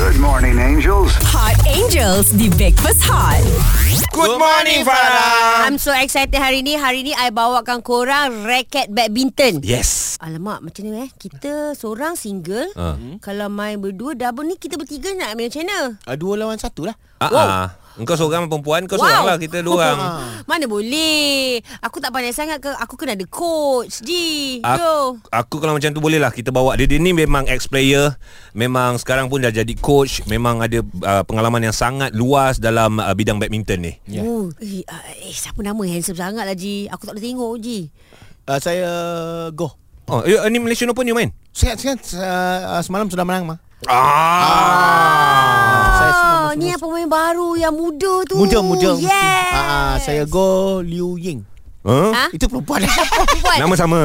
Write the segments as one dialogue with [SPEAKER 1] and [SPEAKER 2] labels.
[SPEAKER 1] Good morning, angels.
[SPEAKER 2] Hot Angels di Breakfast Hot.
[SPEAKER 3] Good morning, Farah.
[SPEAKER 4] I'm so excited hari ni. Hari ni I bawakan korang raket badminton.
[SPEAKER 3] Yes.
[SPEAKER 4] Alamak macam ni eh Kita seorang single Hmm.
[SPEAKER 3] Ah.
[SPEAKER 4] Kalau main berdua double ni Kita bertiga nak main macam mana
[SPEAKER 5] Uh, dua lawan satu lah.
[SPEAKER 3] Ah, ah. Engkau seorang perempuan, kau seorang lah. Kita dua orang.
[SPEAKER 4] Ah. Mana boleh Aku tak pandai sangat ke Aku kena ada coach Ji
[SPEAKER 3] Aku,
[SPEAKER 4] Yo
[SPEAKER 3] aku kalau macam tu boleh lah kita bawa dia, dia ni memang ex player memang sekarang pun dah jadi coach memang ada uh, pengalaman yang sangat luas dalam uh, bidang badminton ni
[SPEAKER 5] Ya.
[SPEAKER 4] Oh, eh, ah, eh, siapa nama handsome sangat lah Ji Aku tak boleh tengok Ji
[SPEAKER 5] Uh, saya go.
[SPEAKER 3] oh eh, ni Malaysian Open you main
[SPEAKER 5] Sehat sehat uh, uh, semalam sudah menang mah.
[SPEAKER 3] ah
[SPEAKER 5] Saya semalam
[SPEAKER 4] Ah, ni yang pemain baru yang muda tu.
[SPEAKER 5] muda muda.
[SPEAKER 4] Yes.
[SPEAKER 5] Ah, ah, saya go Liu Ying.
[SPEAKER 3] huh?
[SPEAKER 4] Ha?
[SPEAKER 5] Itu perempuan. Ya,
[SPEAKER 4] Perempuan.
[SPEAKER 3] nama sama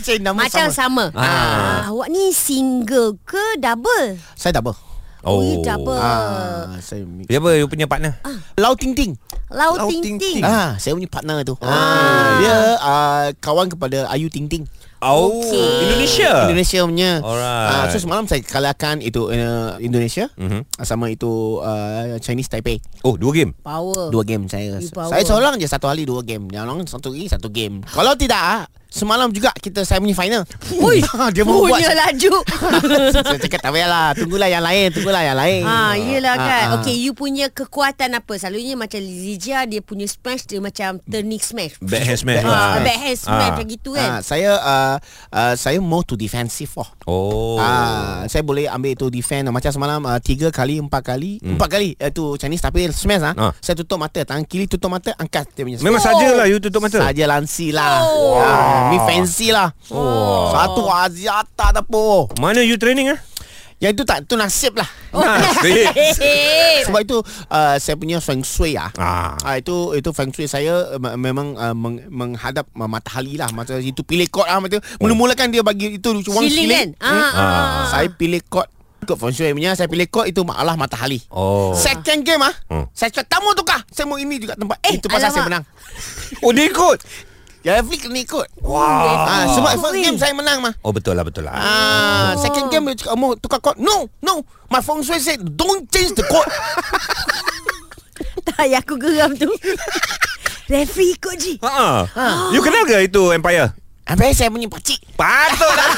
[SPEAKER 5] saya nama
[SPEAKER 4] Macam
[SPEAKER 5] sama.
[SPEAKER 4] sama. Ah. Awak ni single ke double?
[SPEAKER 5] Saya double.
[SPEAKER 4] Oh, Ah, you double.
[SPEAKER 5] Ah,
[SPEAKER 4] Oh.
[SPEAKER 5] saya mix.
[SPEAKER 3] Siapa you punya partner
[SPEAKER 5] Lau Ting Ting.
[SPEAKER 4] Lau
[SPEAKER 3] Lau
[SPEAKER 4] Ting
[SPEAKER 3] Ting
[SPEAKER 4] Ting.
[SPEAKER 3] Ting.
[SPEAKER 5] Ah, saya punya partner tu. Ah, dia uh, kawan kepada Ayu Ting Ting.
[SPEAKER 3] oh
[SPEAKER 4] Okay.
[SPEAKER 3] Indonesia
[SPEAKER 5] Indonesia punya.
[SPEAKER 3] Alright.
[SPEAKER 5] Ah, so semalam saya kalahkan itu uh, Indonesia
[SPEAKER 3] Mhm.
[SPEAKER 5] sama itu uh, Chinese Taipei.
[SPEAKER 3] oh dua game
[SPEAKER 4] Power.
[SPEAKER 5] Dua game saya
[SPEAKER 4] You power.
[SPEAKER 5] Saya seorang je satu hari dua game Yang orang satu hari satu game Kalau tidak ah, Semalam juga kita saya punya final
[SPEAKER 4] Ui, lah.
[SPEAKER 5] Dia mau buat
[SPEAKER 4] punya laju.
[SPEAKER 5] Saya cakap tak payahlah Tunggulah yang lain Tunggulah yang lain
[SPEAKER 4] ha, yelah kan.
[SPEAKER 5] Ah, ah.
[SPEAKER 4] Okay, you punya kekuatan apa? Selalunya macam Lizia dia punya smash dia macam turning smash.
[SPEAKER 3] backhand smash
[SPEAKER 4] Ah,
[SPEAKER 3] lah
[SPEAKER 4] backhand smash macam gitu
[SPEAKER 5] Ah,
[SPEAKER 4] kan.
[SPEAKER 5] saya uh, uh, saya more to defensive oh.
[SPEAKER 3] oh
[SPEAKER 5] Ah, saya boleh ambil itu defend macam semalam uh, tiga kali empat kali hmm. empat kali uh, tu Chinese tapi smash ah.
[SPEAKER 3] Ah.
[SPEAKER 5] Saya tutup mata tangan kiri tutup mata angkat dia punya.
[SPEAKER 3] memang
[SPEAKER 4] Oh.
[SPEAKER 3] sajalah you tutup mata
[SPEAKER 5] Saja lansi lah.
[SPEAKER 4] Oh.
[SPEAKER 5] Ah, mi fancy lah.
[SPEAKER 3] Oh.
[SPEAKER 5] Satu Asia tak apa.
[SPEAKER 3] mana you training ah
[SPEAKER 5] Yang itu tak tu nasib lah.
[SPEAKER 3] Nasib.
[SPEAKER 4] Hey.
[SPEAKER 5] Sebab itu uh, saya punya feng shui lah.
[SPEAKER 3] Ah.
[SPEAKER 5] Ah, itu itu feng shui saya uh, me- memang uh, meng, menghadap uh, matahali lah. Masa itu pilih kot lah. Mata,
[SPEAKER 3] Oh.
[SPEAKER 5] mula-mula kan dia bagi itu wang
[SPEAKER 4] Shilling kan?
[SPEAKER 5] shilling.
[SPEAKER 4] Ah, ah, ah.
[SPEAKER 5] Saya pilih kot. Ikut feng shui punya. Saya pilih kot itu Allah matahali.
[SPEAKER 3] Oh.
[SPEAKER 5] Second game ah.
[SPEAKER 3] Hmm.
[SPEAKER 5] Saya cakap tamu tukar. Saya mau ini juga tempat. Eh, itu pasal
[SPEAKER 4] alamak.
[SPEAKER 5] saya menang.
[SPEAKER 3] Oh dia ikut.
[SPEAKER 5] Ya, Fik kena ikut.
[SPEAKER 3] Wow.
[SPEAKER 5] Ah, sebab
[SPEAKER 4] Oh,
[SPEAKER 5] first game
[SPEAKER 4] weh.
[SPEAKER 5] saya menang mah.
[SPEAKER 3] Oh betul lah betul lah.
[SPEAKER 5] Ah, second game dia cakap mau tukar kot. No, no. My feng shui said don't change the kot.
[SPEAKER 4] Tak, yang aku geram tu. Refi ikut Ji.
[SPEAKER 3] Ha. ah. You kenal ke itu Empire?
[SPEAKER 5] Habis saya punya pakcik.
[SPEAKER 3] Patutlah.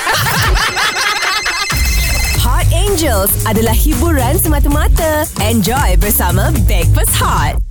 [SPEAKER 2] Hot Angels adalah hiburan semata-mata. Enjoy bersama Breakfast Hot.